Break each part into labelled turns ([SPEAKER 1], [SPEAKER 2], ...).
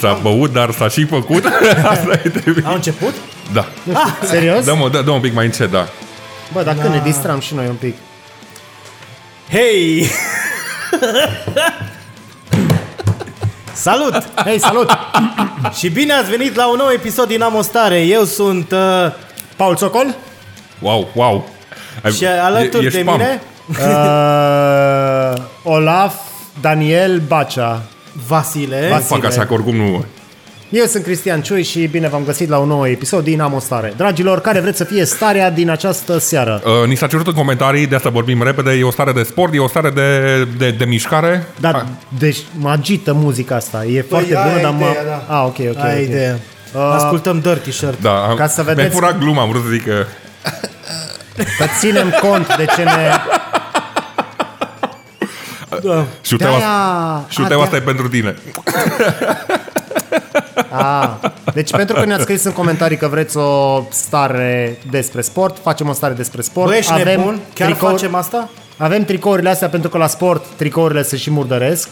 [SPEAKER 1] S-a băut, dar s-a și făcut. Asta e trebuit.
[SPEAKER 2] Au început? Ah,
[SPEAKER 1] Da.
[SPEAKER 3] Serios?
[SPEAKER 1] Dă-mă, dă, dă un pic mai încet, da.
[SPEAKER 3] Bă, dacă
[SPEAKER 2] Da.
[SPEAKER 3] ne distram și noi un pic.
[SPEAKER 2] Hei! Salut!
[SPEAKER 3] Hei, salut!
[SPEAKER 2] Și bine ați venit la un nou episod din Amostare. Eu sunt uh,
[SPEAKER 3] Paul Socol?
[SPEAKER 1] Wow, wow. Ai,
[SPEAKER 2] și alături
[SPEAKER 1] e-
[SPEAKER 2] de
[SPEAKER 1] ești pam.
[SPEAKER 2] mine
[SPEAKER 3] Uh, Olaf Daniel Bacea.
[SPEAKER 2] Vasile.
[SPEAKER 1] Nu fac așa, că oricum nu... Uh,
[SPEAKER 3] Eu sunt Cristian Ciui și bine v-am găsit la un nou episod din Amostare. Dragilor, care vreți să fie starea din această seară?
[SPEAKER 1] Uh, ni s-a cerut în comentarii, de asta vorbim repede, e o stare de sport, e o stare de, de, de mișcare. Ah,
[SPEAKER 3] Dar,
[SPEAKER 1] Hai.
[SPEAKER 3] deci, mă agită muzica asta. E foarte
[SPEAKER 2] ai
[SPEAKER 3] bună, dar mă...
[SPEAKER 2] Păi, ideea, da.
[SPEAKER 3] A, ok, ok. Uh,
[SPEAKER 2] Ai
[SPEAKER 3] ok.
[SPEAKER 2] idee. Ascultăm Dirty Shirt.
[SPEAKER 1] Da, am-
[SPEAKER 3] Ca să
[SPEAKER 1] mi-ai
[SPEAKER 3] vedeți-
[SPEAKER 1] furat gluma, am vrut să zic că...
[SPEAKER 3] Că ținem cont de ce ne...
[SPEAKER 2] Da.
[SPEAKER 1] Șuteaua,
[SPEAKER 3] De-aia...
[SPEAKER 1] șuteaua asta e pentru tine.
[SPEAKER 3] A, deci pentru că ne-ați scris în comentarii că vreți o stare despre sport, facem o stare despre sport.
[SPEAKER 2] Bă, ești
[SPEAKER 3] avem
[SPEAKER 2] nebun? Chiar
[SPEAKER 3] tricou-
[SPEAKER 2] facem asta?
[SPEAKER 3] Avem tricourile astea pentru că la sport tricourile se și murdăresc.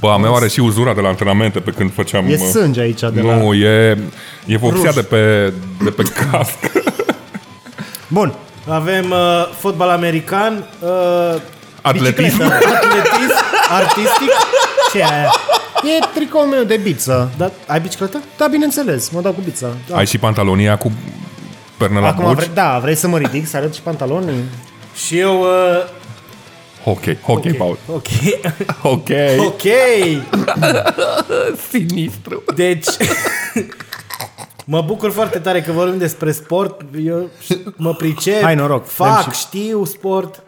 [SPEAKER 1] Bă, a mea are și uzura de la antrenamente pe când făceam...
[SPEAKER 3] E
[SPEAKER 1] uh,
[SPEAKER 3] sânge aici de la...
[SPEAKER 1] Nu, e, e vopsea de pe, de pe casc.
[SPEAKER 3] Bun,
[SPEAKER 2] Avem uh, fotbal american, uh,
[SPEAKER 1] Atletism.
[SPEAKER 2] bicicletă, atletism, artistic. Ce e aia?
[SPEAKER 3] e tricou meu de biță.
[SPEAKER 2] Da, ai bicicletă?
[SPEAKER 3] Da, bineînțeles, mă dau cu bița.
[SPEAKER 1] Da. Ai și pantalonia cu pernă la
[SPEAKER 3] Acum,
[SPEAKER 1] buci.
[SPEAKER 3] vre- da, vrei să mă ridic, să arăt și pantalonii?
[SPEAKER 2] Și eu... Uh,
[SPEAKER 1] Hockey, hockey, Paul.
[SPEAKER 2] ok. Oh,
[SPEAKER 1] Hockey.
[SPEAKER 2] Ok.
[SPEAKER 1] Sinistru.
[SPEAKER 2] Deci... Mă bucur foarte tare că vorbim despre sport. Eu mă pricep.
[SPEAKER 3] Hai, noroc.
[SPEAKER 2] Fac,
[SPEAKER 3] Dăm
[SPEAKER 2] știu sport,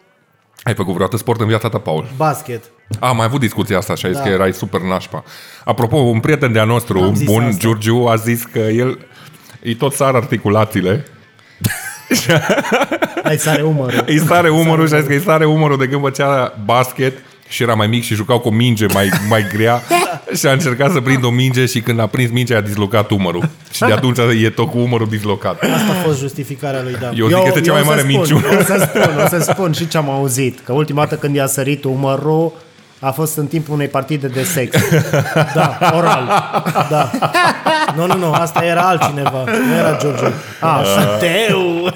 [SPEAKER 1] Ai făcut vreodată sport în viața ta, Paul?
[SPEAKER 2] basket.
[SPEAKER 1] Am mai avut discuția asta și ai zis că erai super nașpa. Apropo, un prieten de-a nostru,
[SPEAKER 2] zis
[SPEAKER 1] bun,
[SPEAKER 2] asta.
[SPEAKER 1] Giurgiu, a zis că el îi tot sar articulațiile.
[SPEAKER 3] Hai să are umărul.
[SPEAKER 1] Îi sare umărul și a zis că îi sare umărul de când făcea basket și era mai mic și jucau cu o minge mai, mai grea și a încercat să prindă o minge și când a prins mingea a dislocat umărul. Și de atunci e tot cu umărul dislocat.
[SPEAKER 2] Asta a fost justificarea lui Dan.
[SPEAKER 1] Eu zic că este cea mai
[SPEAKER 3] o să
[SPEAKER 1] mare
[SPEAKER 3] spun,
[SPEAKER 1] minciună.
[SPEAKER 3] O să spun, o să spun și ce am auzit. Că ultima dată când i-a sărit umărul a fost în timpul unei partide de sex. Da, oral.
[SPEAKER 2] Da. Nu, nu, nu, asta era altcineva. Nu era George.
[SPEAKER 3] A,
[SPEAKER 2] Teu!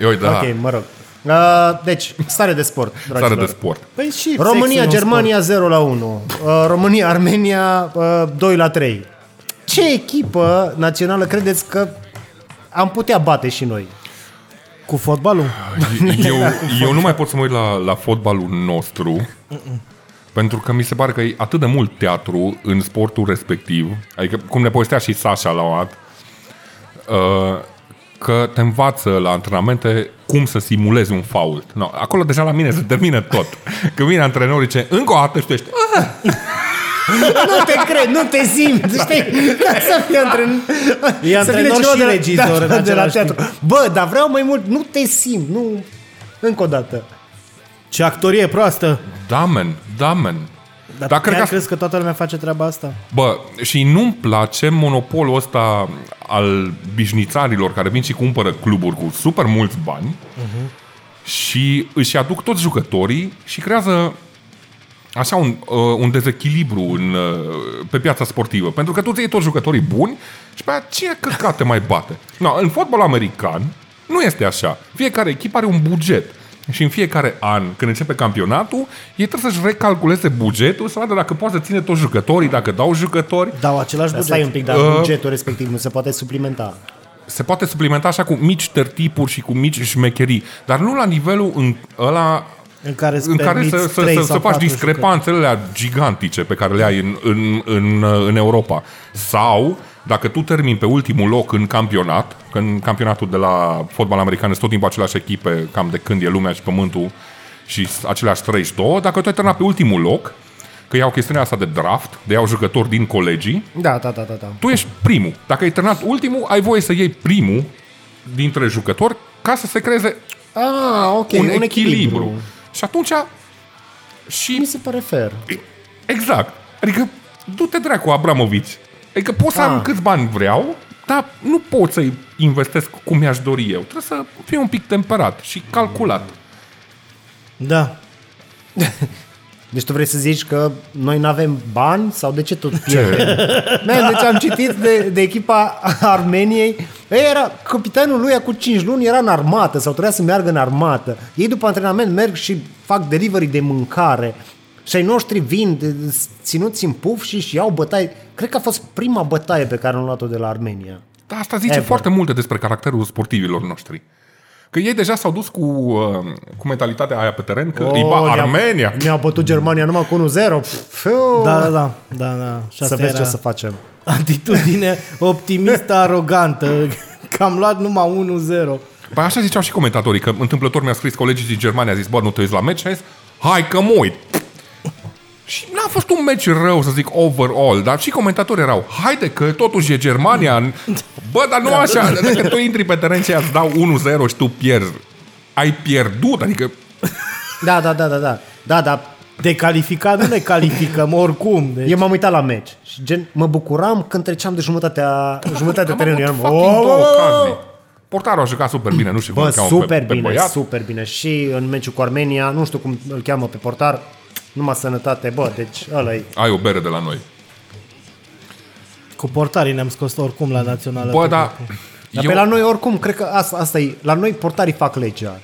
[SPEAKER 1] Eu, Uh, da,
[SPEAKER 3] ok,
[SPEAKER 1] okay,
[SPEAKER 3] mă rog. Uh, deci, stare de sport,
[SPEAKER 1] sare
[SPEAKER 3] dragilor.
[SPEAKER 1] de sport.
[SPEAKER 2] Păi și
[SPEAKER 3] România,
[SPEAKER 2] sexul
[SPEAKER 3] Germania 0 la 1. Uh, România, Armenia uh, 2 la 3. Ce echipă națională credeți că am putea bate și noi?
[SPEAKER 2] nostru. Cu fotbalul?
[SPEAKER 1] Eu, eu nu mai pot să mă uit la, la fotbalul nostru pentru că mi se pare că e atât de mult teatru în sportul respectiv, adică cum ne povestea și Sasha la un dat, uh, că te învață la antrenamente cum să simulezi un fault. No, acolo deja la mine se termină tot. Când vine antrenorul zice, încă o dată și tu ești, "Ah,
[SPEAKER 3] Nu te cred, nu te simt, știi? Da, să fie antren...
[SPEAKER 2] E
[SPEAKER 3] să
[SPEAKER 2] antrenor
[SPEAKER 3] cineva
[SPEAKER 2] și regizor în
[SPEAKER 3] de, la, da, de la
[SPEAKER 2] același
[SPEAKER 3] teatru. Bă, dar vreau mai mult, nu te simt, nu... Încă o dată.
[SPEAKER 2] Ce actorie proastă!
[SPEAKER 1] da, men, da, men.
[SPEAKER 2] Dar
[SPEAKER 1] Da,
[SPEAKER 2] da,
[SPEAKER 1] cred
[SPEAKER 2] chiar
[SPEAKER 1] că-
[SPEAKER 2] crezi că toată lumea face treaba asta?
[SPEAKER 1] Bă, și nu-mi place monopolul ăsta al bișnițarilor care vin și cumpără cluburi cu super mulți bani și își aduc toți jucătorii și creează așa un, uh, un dezechilibru în, uh, pe piața sportivă. Pentru că tu îți iei toți jucătorii buni și pe aia cine căcat te mai bate? No, în fotbal american nu este așa. Fiecare echipă are un buget. Și în fiecare an, când începe campionatul, ei trebuie să-și recalculeze bugetul, să vadă dacă poate să ține toți jucătorii, dacă dau jucători.
[SPEAKER 2] Dau același
[SPEAKER 3] Dar stai
[SPEAKER 2] buget.
[SPEAKER 3] un pic, dar
[SPEAKER 1] Uh.
[SPEAKER 3] bugetul respectiv nu se poate suplimenta.
[SPEAKER 1] se poate suplimenta așa cu mici tertipuri și cu mici șmecherii, dar nu la nivelul în, ăla
[SPEAKER 2] În care, îți
[SPEAKER 1] în care
[SPEAKER 2] permiți
[SPEAKER 1] să, să,
[SPEAKER 2] trei
[SPEAKER 1] să,
[SPEAKER 2] sau
[SPEAKER 1] să faci
[SPEAKER 2] patru
[SPEAKER 1] discrepanțele alea gigantice pe care le ai în, în, în, în Europa. Sau, dacă tu termini pe ultimul loc în campionat, că în campionatul de la fotbal american sunt tot timpul aceleași echipe, cam de când e lumea și pământul, și s- aceleași 32, dacă tu ai terminat pe ultimul loc, că iau chestiunea asta de draft, de iau jucători din colegii,
[SPEAKER 3] Da, da, da, da, da.
[SPEAKER 1] tu ești primul. Dacă ai terminat ultimul, ai voie să iei primul dintre jucători ca să se creeze
[SPEAKER 3] Ah, ok,
[SPEAKER 1] un, un echilibru. echilibru. Și atunci
[SPEAKER 3] Mi
[SPEAKER 1] și
[SPEAKER 3] se pare fair.
[SPEAKER 1] exact. Adică du-te dracu Abramovici. Adică pot să ah. am câți bani vreau, dar nu pot să-i investesc cum mi-aș dori eu. Trebuie să fiu un pic temperat și calculat.
[SPEAKER 2] Da.
[SPEAKER 3] Deci tu vrei să zici că noi nu avem bani sau de ce tot pierdem? Man, deci am citit de, de echipa Armeniei. Ei, era capitanul lui cu 5 luni era în armată sau trebuia să meargă în armată. Ei după antrenament merg și fac delivery de mâncare. Și ai noștri vin de- de- ținuți în puf și își iau bătaie. Cred că a fost prima bătaie pe care am luat-o de la Armenia.
[SPEAKER 1] Dar Da, asta zice
[SPEAKER 3] Ever.
[SPEAKER 1] foarte multe despre caracterul sportivilor noștri. Că ei deja s-au dus cu, uh, cu mentalitatea aia pe teren, că oh, îi ba
[SPEAKER 3] ne-a-
[SPEAKER 1] Armenia.
[SPEAKER 3] Ne-a bătut Germania numai cu 1-0. Pf,
[SPEAKER 2] Da, da, da, da, da. Și
[SPEAKER 3] Să
[SPEAKER 2] asta
[SPEAKER 3] vezi
[SPEAKER 2] era
[SPEAKER 3] ce o să facem.
[SPEAKER 2] Atitudine optimistă, arogantă. Că am luat numai 1-0.
[SPEAKER 1] Păi așa ziceau și comentatorii, că întâmplător mi-a scris colegii din Germania, a zis, bă, nu te uiți la meci? Și a zis, hai că mă uit. Și n-a fost un meci rău, să zic, overall, dar și comentatorii erau, haide că totuși e Germania. Bă, dar
[SPEAKER 3] Da.
[SPEAKER 1] nu așa, dacă tu intri pe teren și îți dau 1-0 și tu pierzi, ai pierdut, adică
[SPEAKER 3] Da, da, da, da, da. Da, da,
[SPEAKER 2] De calificat nu ne calificăm oricum. Deci,
[SPEAKER 3] Eu m-am uitat la meci și gen, mă bucuram când treceam de jumătatea, jumătatea
[SPEAKER 1] am
[SPEAKER 3] terenului.
[SPEAKER 1] avut
[SPEAKER 3] Eram,
[SPEAKER 1] fucking
[SPEAKER 3] "Oh,
[SPEAKER 1] două
[SPEAKER 3] oh, oh."
[SPEAKER 1] ocazii. Portarul a jucat super bine, nu știu
[SPEAKER 3] Bă,
[SPEAKER 1] cum îl cheamă
[SPEAKER 3] super
[SPEAKER 1] pe, pe
[SPEAKER 3] bine,
[SPEAKER 1] băiat.
[SPEAKER 3] super bine. Și în meciul cu Armenia, nu știu cum îl cheamă pe portar, numai sănătate, bă, deci ăla e.
[SPEAKER 1] Ai o bere de la noi.
[SPEAKER 2] cu portarii ne-am scos oricum la națională.
[SPEAKER 1] Bă, da. dar...
[SPEAKER 3] Dar pe la noi oricum, cred că asta, asta e, la noi portarii fac legea.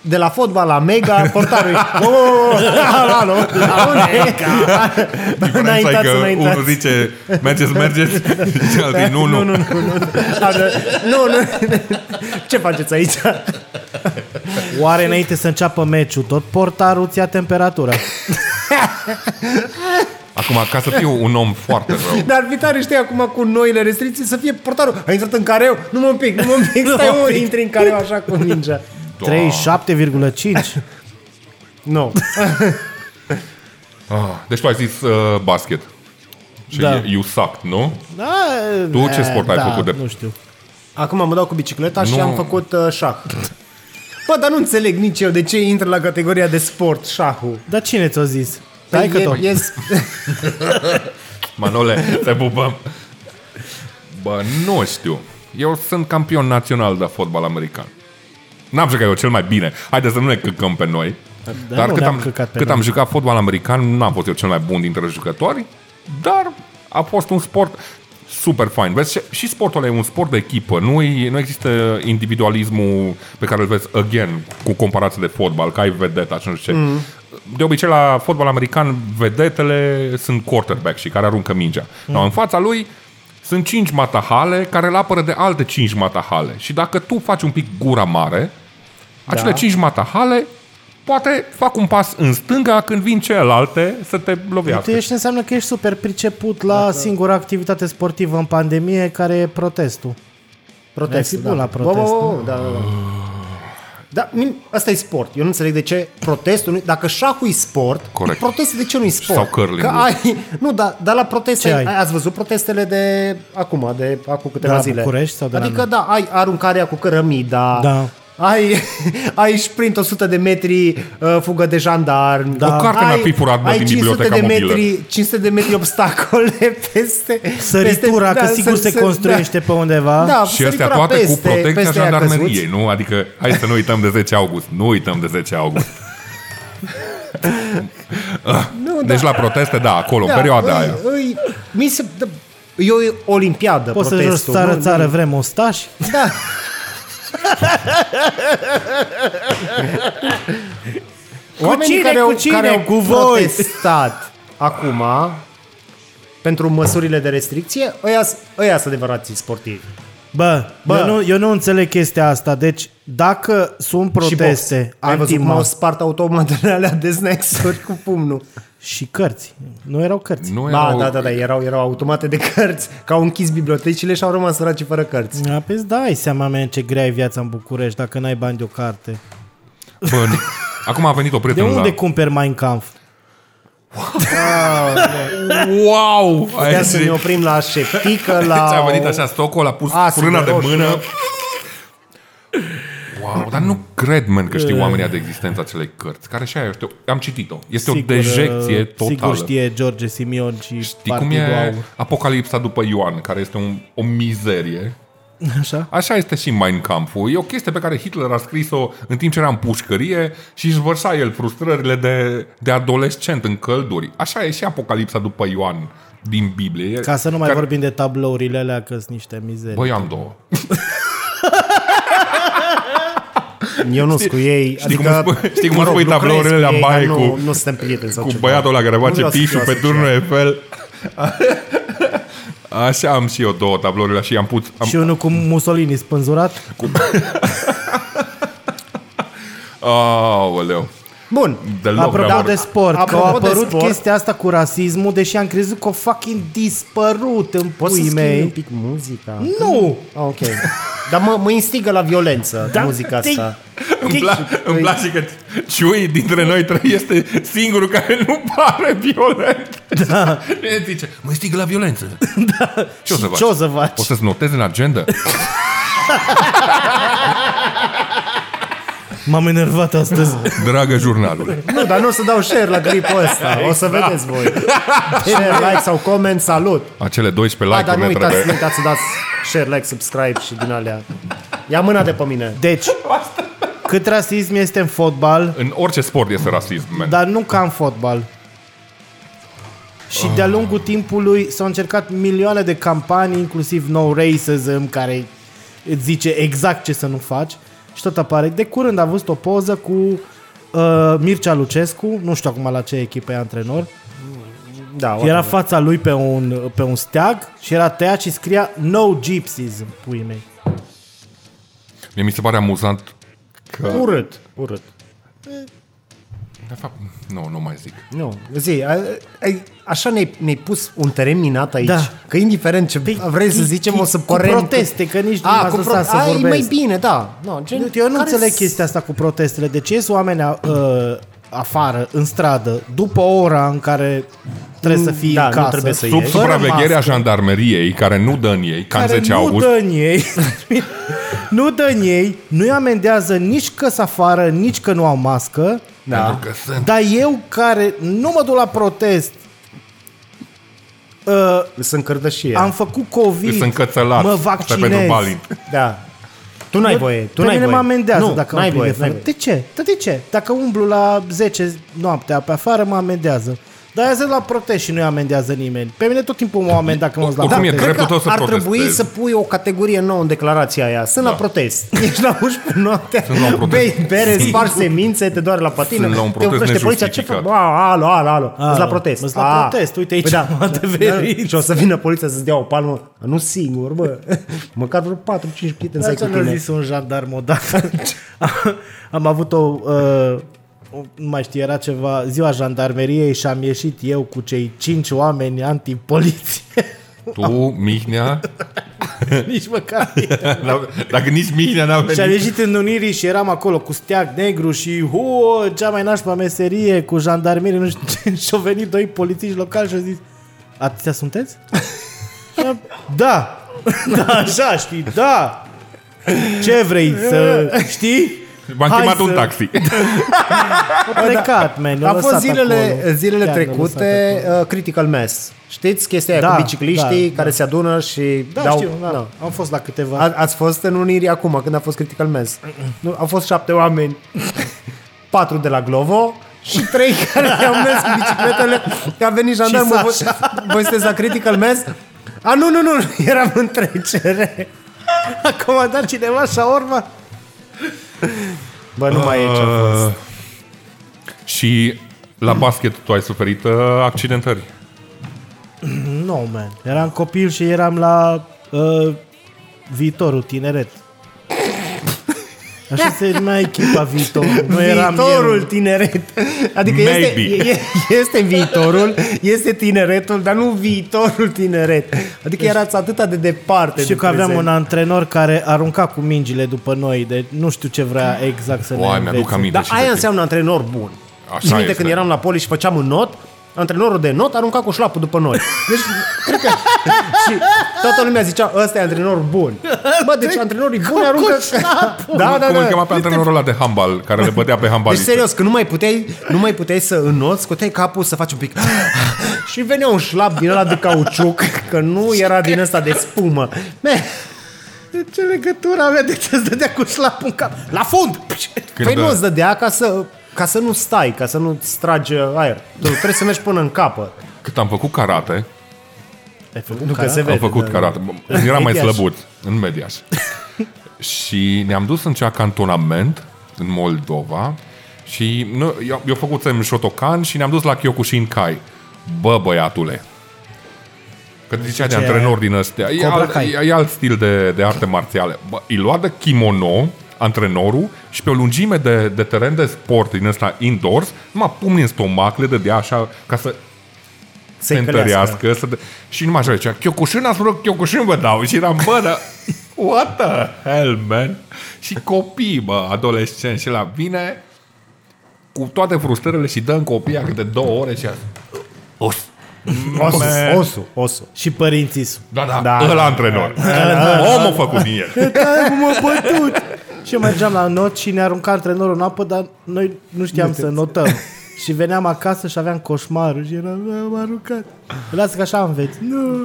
[SPEAKER 3] De la fotbal la mega, portarul e, "Oh, oh, oh, la, la, la, la unde?
[SPEAKER 1] Diferența e
[SPEAKER 3] Înaintați,
[SPEAKER 1] că
[SPEAKER 3] înaintați.
[SPEAKER 1] unul zice mergeți, mergeți și altul zice, nu, nu.
[SPEAKER 3] nu, nu, nu, nu, nu, ce faceți aici?
[SPEAKER 2] Oare înainte să înceapă meciul, tot portarul ți-a temperatura.
[SPEAKER 1] Da. Acum, ca să fiu un om foarte rău,
[SPEAKER 3] Dar arbitare știi acum cu noile restricții să fie portarul. A intrat în careu? Nu mă pic, nu mă pic,
[SPEAKER 2] Nu
[SPEAKER 3] stai
[SPEAKER 2] mă
[SPEAKER 3] mă,
[SPEAKER 2] împic.
[SPEAKER 3] intri în careu așa cu mingea.
[SPEAKER 1] Doamne.
[SPEAKER 2] 37,5.
[SPEAKER 3] Nu.
[SPEAKER 1] Ah, deci tu ai zis uh, basket. Și
[SPEAKER 2] Da.
[SPEAKER 1] da. you sucked, nu?
[SPEAKER 2] Da,
[SPEAKER 1] Tu ce sport ai
[SPEAKER 2] da,
[SPEAKER 1] făcut de-
[SPEAKER 2] Nu știu.
[SPEAKER 3] Acum mă dau cu bicicleta și
[SPEAKER 1] Nu.
[SPEAKER 3] am făcut uh, șah. Bă, dar nu înțeleg nici eu de ce intră la categoria de sport șahul.
[SPEAKER 2] Dar cine ți-o zis?
[SPEAKER 3] Păi
[SPEAKER 2] Dai că tot.
[SPEAKER 3] e, e,
[SPEAKER 1] Manole, te pupăm. Bă, nu știu. Eu sunt campion național de fotbal american. N-am jucat eu cel mai bine. Haideți să nu ne căcăm pe noi.
[SPEAKER 2] Da,
[SPEAKER 1] dar
[SPEAKER 2] nu
[SPEAKER 1] cât,
[SPEAKER 2] ne-am
[SPEAKER 1] am,
[SPEAKER 2] căcat pe
[SPEAKER 1] cât
[SPEAKER 2] noi.
[SPEAKER 1] am jucat fotbal american, n-am fost eu cel mai bun dintre jucători, dar a fost un sport super fain. Vezi, și- și sportul ăla e un sport de echipă. Nu, e- nu există individualismul pe care îl vezi, again, cu comparație de fotbal, că ai vedeta și nu știu ce. Mm. De obicei, la fotbal american, vedetele sunt quarterback și care aruncă mingea. Mm. Dar în fața lui sunt cinci matahale care îl apără de alte cinci matahale. Și dacă tu faci un pic gura mare, acele da. cinci matahale poate fac un pas în stânga când vin celelalte să te
[SPEAKER 2] Tu
[SPEAKER 1] lovească.
[SPEAKER 2] ești înseamnă că ești super priceput la singura activitate sportivă în pandemie care e protestul. Ai fi
[SPEAKER 3] Protest, da.
[SPEAKER 2] bun la protest,
[SPEAKER 3] Bă, bă, bă,
[SPEAKER 2] nu?
[SPEAKER 3] da, da, da. Da, min- asta e sport. Eu nu înțeleg de ce protestul nu Dacă șahul e sport,
[SPEAKER 1] Corect.
[SPEAKER 3] protestul de ce nu e sport?
[SPEAKER 1] Sau curling.
[SPEAKER 3] Că ai, nu, dar da, la proteste...
[SPEAKER 2] Ce
[SPEAKER 3] ai?
[SPEAKER 2] ai?
[SPEAKER 3] Ați văzut protestele de acum, de acum câteva
[SPEAKER 2] De la
[SPEAKER 3] zile?
[SPEAKER 2] București sau de la
[SPEAKER 3] Adică,
[SPEAKER 2] noi?
[SPEAKER 3] da, ai aruncarea cu cărămida,
[SPEAKER 2] Da.
[SPEAKER 3] ai, ai sprint 100 de metri uh, fugă de jandarmi,
[SPEAKER 1] O carte mi-a
[SPEAKER 3] ai,
[SPEAKER 1] pifurat, bă,
[SPEAKER 3] ai
[SPEAKER 1] din
[SPEAKER 3] 500 de
[SPEAKER 1] biblioteca mobilă.
[SPEAKER 3] metri, 500 de metri obstacole peste...
[SPEAKER 2] Săritura,
[SPEAKER 3] peste,
[SPEAKER 2] că sigur se construiește pe undeva.
[SPEAKER 3] Da,
[SPEAKER 1] Și
[SPEAKER 3] săritura
[SPEAKER 1] astea toate
[SPEAKER 3] peste,
[SPEAKER 1] cu protecția
[SPEAKER 3] peste aia
[SPEAKER 1] jandarmeriei,
[SPEAKER 3] căzuți.
[SPEAKER 1] nu? Adică, hai să nu uităm de 10 august. Nu uităm de 10 august.
[SPEAKER 3] Nu,
[SPEAKER 1] Deci la proteste, da, acolo, în
[SPEAKER 3] da,
[SPEAKER 1] perioada aia.
[SPEAKER 3] îi, îi, mi se, da, e o olimpiadă
[SPEAKER 2] Poți să joci
[SPEAKER 3] protestul.
[SPEAKER 2] țară,
[SPEAKER 3] nu-
[SPEAKER 2] țară, vrem mostași?
[SPEAKER 3] Da. Oamenii
[SPEAKER 2] cine,
[SPEAKER 3] care au,
[SPEAKER 2] cu cine?
[SPEAKER 3] care au
[SPEAKER 2] Cu voi.
[SPEAKER 3] protestat acum pentru măsurile de restricție, ăia, s- ăia sunt adevărații sportivi.
[SPEAKER 2] Bă,
[SPEAKER 3] Bă.
[SPEAKER 2] Bă. Eu, nu, eu nu înțeleg chestia asta. Deci, dacă sunt
[SPEAKER 3] și
[SPEAKER 2] proteste
[SPEAKER 3] box. Ai văzut cum au
[SPEAKER 2] anti
[SPEAKER 3] spart automatele alea de snacks-uri cu pumnul.
[SPEAKER 2] și cărți, nu erau cărți.
[SPEAKER 1] Nu
[SPEAKER 3] Ba,
[SPEAKER 1] erau-
[SPEAKER 3] da, da, da, erau, erau automate de cărți, că au închis bibliotecile și au rămas săraci fără cărți.
[SPEAKER 2] A, păi da, ai seama mea ce grea e viața în București dacă n-ai bani de o carte.
[SPEAKER 1] Bă, nu. Acum a venit o
[SPEAKER 2] De
[SPEAKER 1] prietenă
[SPEAKER 2] unde
[SPEAKER 1] la...
[SPEAKER 2] cumperi Mein Kampf?
[SPEAKER 1] Wow!
[SPEAKER 3] Putea
[SPEAKER 1] Aia
[SPEAKER 3] să
[SPEAKER 1] zice-
[SPEAKER 3] ne oprim la șepică,
[SPEAKER 2] Da,
[SPEAKER 3] la...
[SPEAKER 1] Deci a venit așa stocul, a pus
[SPEAKER 3] A,
[SPEAKER 1] frâna de
[SPEAKER 3] super roșu,
[SPEAKER 1] mână.
[SPEAKER 3] da.
[SPEAKER 1] Wow, dar nu cred, man, că
[SPEAKER 2] Eh.
[SPEAKER 1] știu oamenii de existența acelei cărți, care și aia, eu știu, am citit-o. Este o dejecție
[SPEAKER 2] uh,
[SPEAKER 1] totală.
[SPEAKER 2] Sigur știe George Simion și
[SPEAKER 1] Știi cum e Apocalipsa după Ioan, care este un, o mizerie.
[SPEAKER 2] Așa.
[SPEAKER 1] Așa este și Mein Kampf-ul. E o chestie pe care Hitler a scris-o în timp ce era în pușcărie și își vărsa el frustrările de, de adolescent în călduri. Așa e și Apocalipsa după Ioan din Biblie.
[SPEAKER 2] Ca să nu mai
[SPEAKER 1] Care-
[SPEAKER 2] vorbim de tablourile alea, că sunt niște mizerii.
[SPEAKER 1] Băi, eu am două.
[SPEAKER 3] Eu nu sunt cu ei. Adică,
[SPEAKER 1] știi cum îmi spui- știi cum îmi
[SPEAKER 3] mă rog,
[SPEAKER 1] spui
[SPEAKER 3] lucrez
[SPEAKER 1] tablourile la
[SPEAKER 3] ei,
[SPEAKER 1] baie
[SPEAKER 3] dar
[SPEAKER 1] cu-
[SPEAKER 3] nu, nu suntem prieteni sau
[SPEAKER 1] cu
[SPEAKER 3] ceva.
[SPEAKER 1] băiatul ăla care
[SPEAKER 3] Nu
[SPEAKER 1] face
[SPEAKER 3] vreau să fiu
[SPEAKER 1] pișu pe
[SPEAKER 3] asociat.
[SPEAKER 1] turnul Eiffel. Așa am și eu două tablourile și am pus... Am,
[SPEAKER 2] Și unul cu Mussolini spânzurat.
[SPEAKER 1] Aoleu.
[SPEAKER 3] Bun.
[SPEAKER 1] Deloc
[SPEAKER 2] Apropo
[SPEAKER 1] n-am
[SPEAKER 2] de
[SPEAKER 1] vorbit.
[SPEAKER 2] sport, că
[SPEAKER 3] Apropo
[SPEAKER 2] au
[SPEAKER 3] de
[SPEAKER 2] apărut
[SPEAKER 3] sport.
[SPEAKER 2] chestia asta cu rasismul, deși am crezut că o fucking dispărut în
[SPEAKER 3] Poți să
[SPEAKER 2] puii
[SPEAKER 3] schimbi un
[SPEAKER 2] mei.
[SPEAKER 3] pic muzica?
[SPEAKER 2] Nu!
[SPEAKER 3] Ah, ok. Dar mă, mă instigă la violență da? muzica asta.
[SPEAKER 1] Îmi, pla- îmi place că Ciui dintre noi trei este singurul care nu pare violent. Da. zice, mă instigă la violență. Da. Ce o să faci?
[SPEAKER 2] Ce o să faci?
[SPEAKER 1] O să-ți notezi în agenda?
[SPEAKER 2] M-am enervat astăzi.
[SPEAKER 1] Dragă jurnalul.
[SPEAKER 3] Nu, dar nu o să dau share la clipul ăsta. O să
[SPEAKER 1] Exact.
[SPEAKER 3] vedeți voi. Share, like sau comment, salut.
[SPEAKER 1] Acele 12
[SPEAKER 3] A, dar
[SPEAKER 1] like-uri ne
[SPEAKER 3] nu uitați, nu
[SPEAKER 1] trebuie.
[SPEAKER 3] uitați să dați share, like, subscribe și din alea. Ia mâna de pe mine.
[SPEAKER 2] Deci, cât rasism este în fotbal,
[SPEAKER 1] În orice sport este rasism, man.
[SPEAKER 2] dar nu ca în fotbal. Și de-a lungul timpului s-au încercat milioane de campanii, inclusiv No Racism, care îți zice exact ce să nu faci. Și tot apare. De curând a văzut o poză cu uh, Mircea Lucescu, nu știu acum la ce echipă e antrenor,
[SPEAKER 3] Da,
[SPEAKER 2] era
[SPEAKER 3] oricum.
[SPEAKER 2] fața lui pe un, pe un steag și era tăiat și scria No Gypsies, puii mei.
[SPEAKER 1] Mie mi se pare amuzant că...
[SPEAKER 3] urât, urât.
[SPEAKER 1] De fapt, nu, nu mai zic.
[SPEAKER 3] Nu, zi, a, ai, așa ne-ai, ne-ai pus un teren minat aici,
[SPEAKER 2] Da.
[SPEAKER 3] da. că indiferent ce
[SPEAKER 2] Păi,
[SPEAKER 3] vrei să
[SPEAKER 2] chi-
[SPEAKER 3] zicem,
[SPEAKER 2] chi-
[SPEAKER 3] o să
[SPEAKER 2] cu
[SPEAKER 3] părem...
[SPEAKER 2] proteste, că nici nu
[SPEAKER 3] A,
[SPEAKER 2] m-ați
[SPEAKER 3] cu
[SPEAKER 2] lăsat să
[SPEAKER 3] A, e mai
[SPEAKER 2] vorbesc.
[SPEAKER 3] bine, da. No, gen,
[SPEAKER 2] Eu nu
[SPEAKER 3] care
[SPEAKER 2] înțeleg
[SPEAKER 3] s-
[SPEAKER 2] chestia asta cu protestele. De ce ies oameni a, uh, afară, în stradă, după ora în care trebuie să fii
[SPEAKER 3] Da,
[SPEAKER 2] în
[SPEAKER 3] nu
[SPEAKER 2] casă?
[SPEAKER 3] trebuie să
[SPEAKER 1] Sub
[SPEAKER 3] Fără
[SPEAKER 1] supravegherea jandarmeriei, care nu dă în ei, ca în
[SPEAKER 2] care
[SPEAKER 1] 10
[SPEAKER 2] nu
[SPEAKER 1] august,
[SPEAKER 2] dă în ei, nu dă în ei, nu-i amendează nici că s afară, nici că nu au mască,
[SPEAKER 1] pentru
[SPEAKER 3] Da.
[SPEAKER 1] că sunt...
[SPEAKER 2] dar eu care nu mă duc la protest, uh,
[SPEAKER 3] Sunt cârdășie.
[SPEAKER 2] am făcut COVID,
[SPEAKER 1] Sunt cățălați.
[SPEAKER 2] mă
[SPEAKER 1] Asta e pentru
[SPEAKER 2] vaccinez.
[SPEAKER 1] Balin.
[SPEAKER 3] Da. Tu n-ai
[SPEAKER 2] Eu-
[SPEAKER 3] voie, tu
[SPEAKER 2] pe
[SPEAKER 3] n-ai
[SPEAKER 2] mine
[SPEAKER 3] voie.
[SPEAKER 2] mă amendează
[SPEAKER 3] nu,
[SPEAKER 2] dacă
[SPEAKER 3] n-ai
[SPEAKER 2] mă prind
[SPEAKER 3] voie,
[SPEAKER 2] de
[SPEAKER 3] n-ai
[SPEAKER 2] fel.
[SPEAKER 3] voie.
[SPEAKER 2] De ce? Dar de ce? Dacă umblu la 10 noaptea pe afară, mă amendează. Dar aia sunt la protest și nu-i amendează nimeni. Pe mine tot timpul mă amenda când mă duc la
[SPEAKER 1] Oricum e drept.
[SPEAKER 2] protest.
[SPEAKER 1] Dreptul
[SPEAKER 3] Cred că
[SPEAKER 1] tău să
[SPEAKER 3] ar
[SPEAKER 1] protestezi. Da.
[SPEAKER 3] trebui să pui o categorie nouă în declarația aia. Sunt la protest. Ești la 11 noaptea,
[SPEAKER 1] Sunt la un protest.
[SPEAKER 3] bei bere,
[SPEAKER 1] Sigur.
[SPEAKER 3] spargi semințe, te doare la patină,
[SPEAKER 1] Sunt la un
[SPEAKER 3] te
[SPEAKER 1] protest
[SPEAKER 3] oprește poliția. Ce faci?
[SPEAKER 1] nejustificat.
[SPEAKER 3] Bă, Alo, alo, alo. Sunt la protest.
[SPEAKER 2] Sunt la
[SPEAKER 3] A.
[SPEAKER 2] protest. Uite aici
[SPEAKER 3] Păi
[SPEAKER 2] am adeverit.
[SPEAKER 3] Și o să vină poliția să-ți dea o palmă. Nu singur, bă. Măcar vreo 4-5 prieteni să ai
[SPEAKER 2] Dar
[SPEAKER 3] cu
[SPEAKER 2] ce mi-a
[SPEAKER 3] tine.
[SPEAKER 2] zis un jandarm odată? am avut o... Uh, o- nu mai știu, era ceva, ziua jandarmeriei și am ieșit eu cu cei cinci oameni antipoliție.
[SPEAKER 1] Tu, Mihnea,
[SPEAKER 2] Nici măcar
[SPEAKER 1] n-a- dacă nici Mihnea n-a
[SPEAKER 2] Și am
[SPEAKER 1] venit,
[SPEAKER 2] ieșit în Unirii și eram acolo cu steag negru și huo, cea mai nașpa meserie cu jandarmerie, nu știu ce. Și au venit doi polițiști locali și au zis, atâția sunteți? Și am, da, da, așa, știi, da. Ce vrei să știi?
[SPEAKER 1] m-am
[SPEAKER 2] Hai
[SPEAKER 1] chemat un
[SPEAKER 2] să-
[SPEAKER 1] taxi.
[SPEAKER 2] A plecat, man, i-au
[SPEAKER 3] A fost
[SPEAKER 2] lăsat
[SPEAKER 3] zilele,
[SPEAKER 2] acolo.
[SPEAKER 3] zilele
[SPEAKER 2] Chiar i-au lăsat
[SPEAKER 3] trecute uh, Critical Mass. Știți chestia aia
[SPEAKER 2] Da,
[SPEAKER 3] cu bicicliștii
[SPEAKER 2] da,
[SPEAKER 3] care se adună și
[SPEAKER 2] acolo. Da,
[SPEAKER 3] dau...
[SPEAKER 2] știu, da.
[SPEAKER 3] da.
[SPEAKER 2] am fost la câteva.
[SPEAKER 3] A, ați fost în Unirii acum, când a fost Critical Mass. Nu, au fost șapte oameni, patru de la Glovo și trei care au mers cu bicicletele, că a venit jandarmul, voi,
[SPEAKER 2] Sasha.
[SPEAKER 3] voi sunteți la Critical Mass? A, nu, nu, nu, eram în trecere.
[SPEAKER 2] A comandat cineva șaorma?
[SPEAKER 3] Bă, nu mai e
[SPEAKER 2] Ah.
[SPEAKER 3] ce
[SPEAKER 1] Uh, Și la basket tu ai suferit uh, accidentări.
[SPEAKER 2] Nu, no, man. Eram copil și eram la uh, viitorul tineret. Așa se numea echipa viitor. Nu eram
[SPEAKER 3] viitorul
[SPEAKER 2] eu.
[SPEAKER 3] tineret. Adică este,
[SPEAKER 1] Maybe.
[SPEAKER 3] e, este viitorul, este tineretul, dar nu viitorul tineret. Adică erați atâta de departe.
[SPEAKER 2] Știu
[SPEAKER 3] de
[SPEAKER 2] că aveam
[SPEAKER 3] prezent.
[SPEAKER 2] un antrenor care arunca cu mingile după noi, de nu știu ce vrea exact să ne
[SPEAKER 1] Oai, mi-aduc
[SPEAKER 2] învețe.
[SPEAKER 1] aminte
[SPEAKER 3] Dar
[SPEAKER 1] și de
[SPEAKER 3] aia
[SPEAKER 1] tine.
[SPEAKER 3] înseamnă antrenor bun.
[SPEAKER 1] Așa
[SPEAKER 3] Așa minte
[SPEAKER 1] este.
[SPEAKER 3] când eram la poli și făceam un not, antrenorul de not arunca cu șlapul după noi. Deci, cred că... și toată lumea zicea, ăsta e antrenor bun. Bă, deci antrenorii buni aruncă... da, da,
[SPEAKER 1] Cum îl chema
[SPEAKER 3] da.
[SPEAKER 1] pe antrenorul ăla de handbal, care le bătea pe
[SPEAKER 3] Deci
[SPEAKER 1] handbalist.
[SPEAKER 3] serios, că nu mai puteai, nu mai puteai să înnoți, scoteai capul să faci un pic și venea un șlap din ăla de cauciuc, că nu era din ăsta de spumă. Me,
[SPEAKER 2] De ce legătura avea de ce îți dădea cu șlapul în cap? La fund!
[SPEAKER 3] Când păi nu îți dădea ca să, ca să nu stai, ca să nu-ți tragi aer. Tu trebuie să mergi până în capăt.
[SPEAKER 1] Cât am făcut karate,
[SPEAKER 2] Ai făcut
[SPEAKER 3] Nu că
[SPEAKER 2] cara?
[SPEAKER 3] se vede.
[SPEAKER 1] am făcut
[SPEAKER 3] da.
[SPEAKER 1] karate. Eram mai
[SPEAKER 3] Mediaș.
[SPEAKER 1] slăbut în mediaș. și ne-am dus în cea cantonament în Moldova și nu, eu, eu făcutsem Shotokan și ne-am dus la Kyokushin Kai. Bă, băiatule! Că zicea de
[SPEAKER 2] Ce?
[SPEAKER 1] antrenor din ăstea. E
[SPEAKER 2] Cobra
[SPEAKER 1] alt,
[SPEAKER 2] Kai.
[SPEAKER 1] e, e alt stil de, de arte marțiale. Bă, îi lua de kimono antrenorul și pe o lungime de, de teren de sport din ăsta indoors, numai pumni în stomac, le dădea așa ca să
[SPEAKER 3] Să-i
[SPEAKER 1] se
[SPEAKER 3] călească.
[SPEAKER 1] întărească. Să... Și numai așa zicea, Kyokushin ați vrut, Kyokushin vă dau. Și eram, bă, dar... What the hell, man? Și copii, bă, adolescenți. Și la vine cu toate frustrările și dă în copia câte două ore și Os.
[SPEAKER 3] Osul,
[SPEAKER 1] Man.
[SPEAKER 3] osul, osul.
[SPEAKER 2] Și părinții sunt.
[SPEAKER 1] Da, da,
[SPEAKER 3] Da,
[SPEAKER 1] da ăla
[SPEAKER 3] da,
[SPEAKER 1] da, antrenor. Omul făcut din el.
[SPEAKER 2] Da, cum m-a bătut! Și eu mergeam la not și ne arunca antrenorul în apă, dar noi nu știam să notăm. Și veneam acasă și aveam coșmarul și eram, "Bă, m-a aruncat. Lasă că așa înveți. Nu,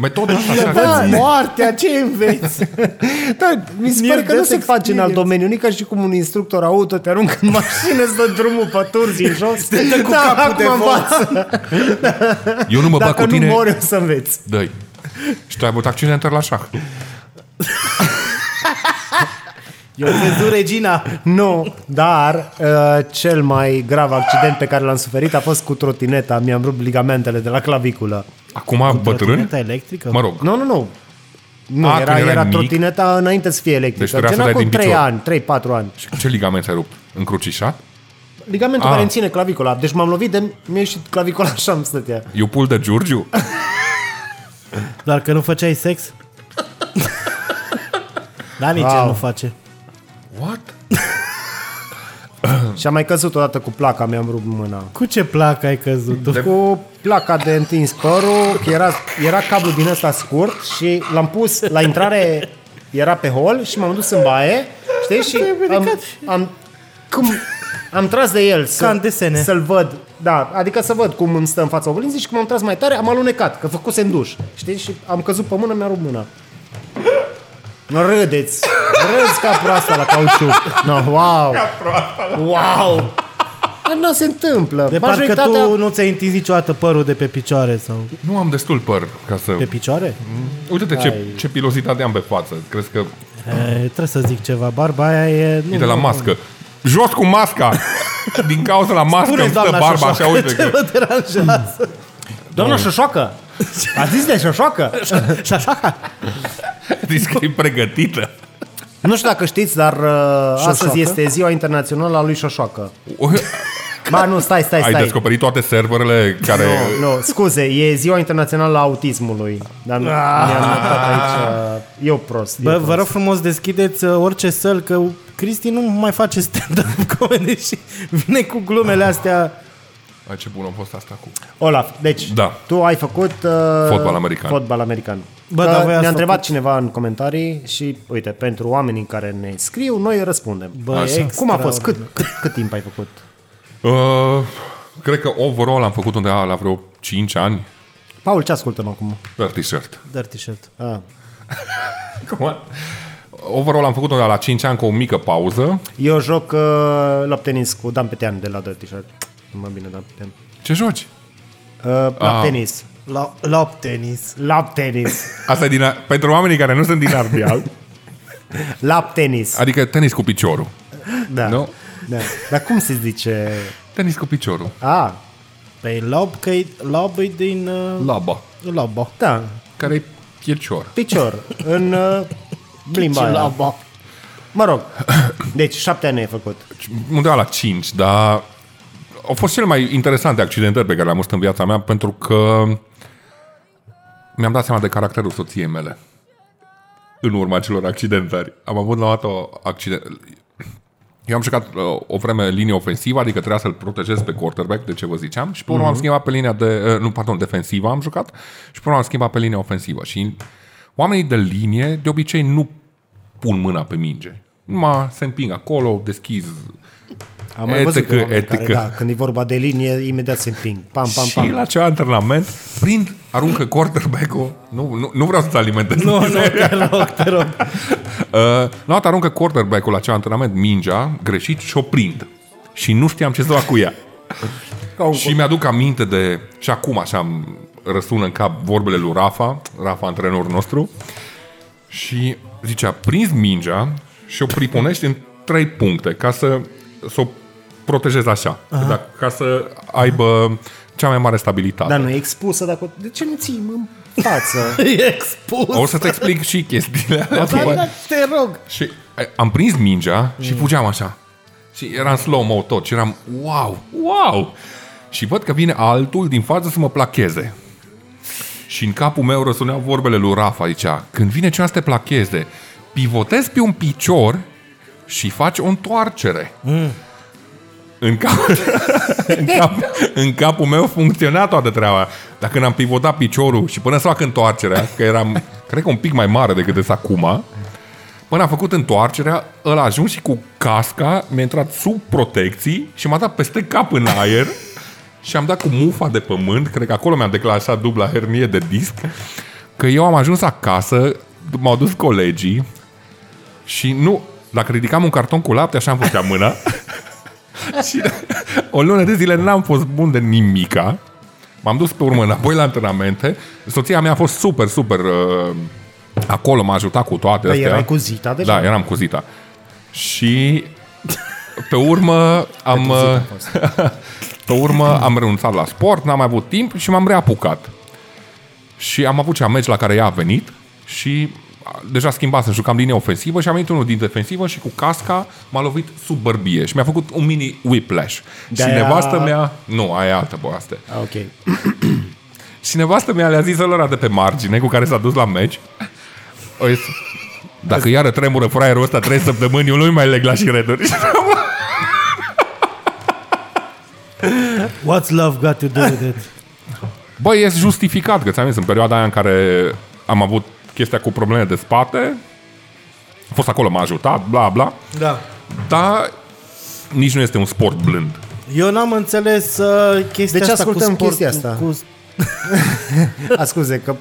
[SPEAKER 1] Metoda asta așa
[SPEAKER 2] da,
[SPEAKER 1] că zi-
[SPEAKER 2] moartea, ce înveți?
[SPEAKER 3] Da, mi se
[SPEAKER 2] Near
[SPEAKER 3] pare că nu
[SPEAKER 2] death
[SPEAKER 3] se face în alt
[SPEAKER 2] experience.
[SPEAKER 3] domeniu, nici ca și cum un instructor auto te aruncă în mașină, îți dă drumul pe turzi în jos. Te dă
[SPEAKER 2] cu capul de
[SPEAKER 1] Eu nu mă bag
[SPEAKER 3] Dacă
[SPEAKER 1] cu
[SPEAKER 3] nu
[SPEAKER 1] tine,
[SPEAKER 3] mori, o să înveți.
[SPEAKER 1] dă Și tu ai avut accident la șah.
[SPEAKER 2] Eu crezut regina.
[SPEAKER 3] Nu, dar uh, cel mai grav accident pe care l-am suferit a fost cu trotineta. Mi-am rupt ligamentele de la claviculă.
[SPEAKER 1] Acum bătrân?
[SPEAKER 2] Trotineta electrică?
[SPEAKER 1] Mă rog,
[SPEAKER 3] Nu, nu, nu. Nu,
[SPEAKER 1] A,
[SPEAKER 3] era,
[SPEAKER 1] Ah, când erai
[SPEAKER 3] era
[SPEAKER 1] mic? Deci
[SPEAKER 3] trotineta înainte să fie electrică.
[SPEAKER 1] trebuia să
[SPEAKER 3] Gen
[SPEAKER 1] dai
[SPEAKER 3] acum
[SPEAKER 1] din
[SPEAKER 3] 3
[SPEAKER 1] picior.
[SPEAKER 3] ani, 3-4 ani.
[SPEAKER 1] și Ah. ce ligament ai rupt? Încrucișat?
[SPEAKER 3] Ligamentul
[SPEAKER 1] A.
[SPEAKER 3] care îmi ține clavicula. Deci m-am lovit de... Mi-a ieșit clavicula așa îmi stătea.
[SPEAKER 1] Eu pul de Giurgiu?
[SPEAKER 2] Doar că nu făceai sex? da, nici
[SPEAKER 3] Wow.
[SPEAKER 2] el nu face.
[SPEAKER 1] What?
[SPEAKER 3] Și am mai căzut odată cu placa, mi-am rupt mâna.
[SPEAKER 2] Cu ce plac ai căzut tu?
[SPEAKER 3] Cu placa de întins părul, că era, era cablu din ăsta scurt și l-am pus la intrare, era pe hol și m-am dus în baie, știi, și am, am, cum, am tras de el să,
[SPEAKER 2] Ca în desene.
[SPEAKER 3] să-l văd, da, adică să văd cum îmi stă în fața oglinzii și cum am tras mai tare, am alunecat, că făcuse în duș, știi, și am căzut pe mână, mi-a rupt mâna. Râdeți, râzi ca proasta la cauciuc. No, wow, wow. Nu se întâmplă.
[SPEAKER 2] De parcă tu nu ți-ai întins niciodată părul de pe picioare sau...
[SPEAKER 1] Nu am destul păr ca să...
[SPEAKER 2] Pe picioare?
[SPEAKER 1] Uite-te ce, ce pilozitate am pe față. Crezi că
[SPEAKER 2] E, Eh, trebuie să zic ceva. Barba aia e... Nu,
[SPEAKER 1] e de la
[SPEAKER 2] nu,
[SPEAKER 1] mască. Jos cu masca! Din cauza la mască
[SPEAKER 2] Spune
[SPEAKER 1] îmi stă
[SPEAKER 2] doamna
[SPEAKER 1] barba
[SPEAKER 2] barba
[SPEAKER 1] așa, uite
[SPEAKER 2] ce
[SPEAKER 1] că...
[SPEAKER 2] vă deranjează.
[SPEAKER 3] Doamna Șoșoacă! A zis de Șoșoacă?
[SPEAKER 2] Și așa ca...
[SPEAKER 1] Zici că e pregătită.
[SPEAKER 3] Nu știu dacă știți, dar uh, astăzi
[SPEAKER 2] Șoșoacă?
[SPEAKER 3] este ziua internațională a lui Șoșoacă. Ba nu, stai, stai,
[SPEAKER 1] Ai
[SPEAKER 3] stai.
[SPEAKER 1] descoperit toate serverele care...
[SPEAKER 3] Nu, nu, scuze, e ziua internațională a autismului. Dar nu, mi-am notat aici. Uh, eu prost.
[SPEAKER 2] Ah. Bă,
[SPEAKER 3] eu prost.
[SPEAKER 2] vă rog frumos, deschideți uh, orice săl, că Cristi nu mai face stand-up comedy și vine cu glumele astea.
[SPEAKER 1] Ai, ce bun a fost asta cu...
[SPEAKER 3] Olaf, deci,
[SPEAKER 1] Da.
[SPEAKER 3] tu ai făcut... Uh,
[SPEAKER 1] Fotbal american.
[SPEAKER 3] Fotbal american.
[SPEAKER 2] Bă,
[SPEAKER 3] Că
[SPEAKER 2] dar voi ați
[SPEAKER 3] ne-a întrebat
[SPEAKER 2] făcut-
[SPEAKER 3] cineva în comentarii și, uite, pentru oamenii care ne scriu, noi răspundem.
[SPEAKER 2] Bă,
[SPEAKER 1] Așa.
[SPEAKER 2] extraordinar.
[SPEAKER 3] Cum a fost? Cât, cât, cât timp ai făcut?
[SPEAKER 1] Uh, cred că overall am făcut undeva la vreo 5 ani.
[SPEAKER 3] Paul, ce ascultăm acum?
[SPEAKER 1] Per t-shirt.
[SPEAKER 2] Dirty shirt.
[SPEAKER 3] Ah.
[SPEAKER 1] Cum? Overall am făcut undeva la 5 ani cu o mică pauză.
[SPEAKER 3] Eu joc uh, lap tenis cu Dan Petean de la Dirty Shirt. Nu mă bine, Dan Petean.
[SPEAKER 1] Ce joci?
[SPEAKER 3] Uh, lap
[SPEAKER 1] Ah.
[SPEAKER 3] tenis.
[SPEAKER 2] La, lap tenis.
[SPEAKER 3] Lap tenis.
[SPEAKER 1] Asta e din, pentru oamenii care nu sunt din Ardeal.
[SPEAKER 3] Lap tenis.
[SPEAKER 1] Adică tenis cu piciorul.
[SPEAKER 3] Da.
[SPEAKER 1] Nu?
[SPEAKER 3] da. Dar cum se zice? Ah,
[SPEAKER 1] Tenis cu piciorul.
[SPEAKER 3] A,
[SPEAKER 2] Păi lob, că e, lob e din... Uh,
[SPEAKER 1] Laba.
[SPEAKER 2] lobo.
[SPEAKER 3] da.
[SPEAKER 1] Care e picior.
[SPEAKER 3] Picior. În uh, limba
[SPEAKER 2] Și
[SPEAKER 3] aia.
[SPEAKER 2] lobo.
[SPEAKER 3] Mă rog. Deci șapte ani ai făcut.
[SPEAKER 1] Undeva la 5, dar au fost cele mai interesante accidentări pe care le-am avut în viața mea pentru că mi-am dat seama de caracterul soției mele în urma celor accidentări. Am avut la o dată o accident... Eu am jucat uh, o vreme în linie ofensivă, adică trebuia să-l protejez pe quarterback, de ce vă ziceam, și pe urmă am schimbat pe linia de... Uh, nu, pardon, defensivă am jucat și pe urmă am schimbat pe linia ofensivă. Și oamenii de linie, de obicei, nu pun mâna pe minge. Numai se împing acolo, deschizi
[SPEAKER 3] Am mai văzut
[SPEAKER 1] Etică,
[SPEAKER 3] pe oameni Care,
[SPEAKER 1] etică.
[SPEAKER 3] da, când e vorba de linie, imediat se împing. Pam, pam,
[SPEAKER 1] Și
[SPEAKER 3] pam.
[SPEAKER 1] la acel antrenament prind, aruncă quarterback-ul. Nu, nu, nu vreau să-ți alimentez.
[SPEAKER 2] Nu, nu, te rog, te rog.
[SPEAKER 1] Uh, la dată aruncă quarterback-ul la acel antrenament mingea, greșit, și o prind. Și nu știam ce să fac cu ea. și mi-aduc aminte de... Și acum așa îmi răsună în cap vorbele lui Rafa, Rafa, antrenorul nostru, și zice, a prins mingea și o priponești în trei puncte ca să, să o protejezi așa, da, ca să aibă cea mai mare stabilitate.
[SPEAKER 3] Dar nu e expusă, dacă... o- De ce nu ții în față?
[SPEAKER 2] E expus.
[SPEAKER 1] O să-ți explic și chestiile alea.
[SPEAKER 2] Da,
[SPEAKER 1] după-
[SPEAKER 2] da, te rog.
[SPEAKER 1] Și am prins mingea și fugeam așa. Și era în slow-mo tot și eram wow, wow! Și văd că vine altul din față să mă placheze. Și în capul meu răsuneau vorbele lui Rafa, zicea, când vine cineva să te placheze, pivotezi pe un picior și faci o întoarcere. Mm. În, cap, în, cap, în capul meu funcționa toată treaba. Dar când am pivotat piciorul și până să fac întoarcerea, că eram, cred că un pic mai mare decât de acum, Până a făcut întoarcerea, el a ajuns și cu casca, mi-a intrat sub protecții și m-a dat peste cap în aer și am dat cu mufa de pământ, cred că acolo mi-am declanșat dubla hernie de disc, că eu am ajuns acasă, m-au dus colegii și nu, dacă ridicam un carton cu lapte, așa am făcea mâna și o lună de zile n-am fost bun de nimica. M-am dus pe urmă înapoi la antrenamente. Soția mea a fost super, super uh, acolo, m-a ajutat cu toate
[SPEAKER 3] Păi
[SPEAKER 1] astea.
[SPEAKER 3] erai cu Zita deja?
[SPEAKER 1] Da, eram cu Zita. Și pe urmă am uh, pe urmă am renunțat la sport, n-am mai avut timp și m-am reapucat. Și am avut cea meci la care ea a venit și a, deja schimbasem, jucam linie ofensivă și am venit unul din defensivă și cu casca m-a lovit sub bărbie și mi-a făcut un mini whiplash.
[SPEAKER 3] De-aia-
[SPEAKER 1] Și nevastă mea... Nu, aia e altă poveste.
[SPEAKER 3] Ah, ok.
[SPEAKER 1] Și nevastă mea le-a zis lor de pe margine cu care s-a dus la meci. O zis, dacă iară tremură fraierul ăsta trei săptămâni, eu nu-i mai leg la șireturi.
[SPEAKER 2] What's love got to do with it?
[SPEAKER 1] Bă, e justificat, că ți-am zis, în perioada aia în care am avut chestia cu probleme de spate, a fost acolo, m-a ajutat, bla, bla,
[SPEAKER 2] Da.
[SPEAKER 1] dar nici nu este un sport blând.
[SPEAKER 2] Eu n-am înțeles uh, chestia
[SPEAKER 3] De ce
[SPEAKER 2] asta cu
[SPEAKER 3] ascultăm
[SPEAKER 2] sport,
[SPEAKER 3] chestia asta?
[SPEAKER 2] Cu...
[SPEAKER 3] A, Ah, scuze, că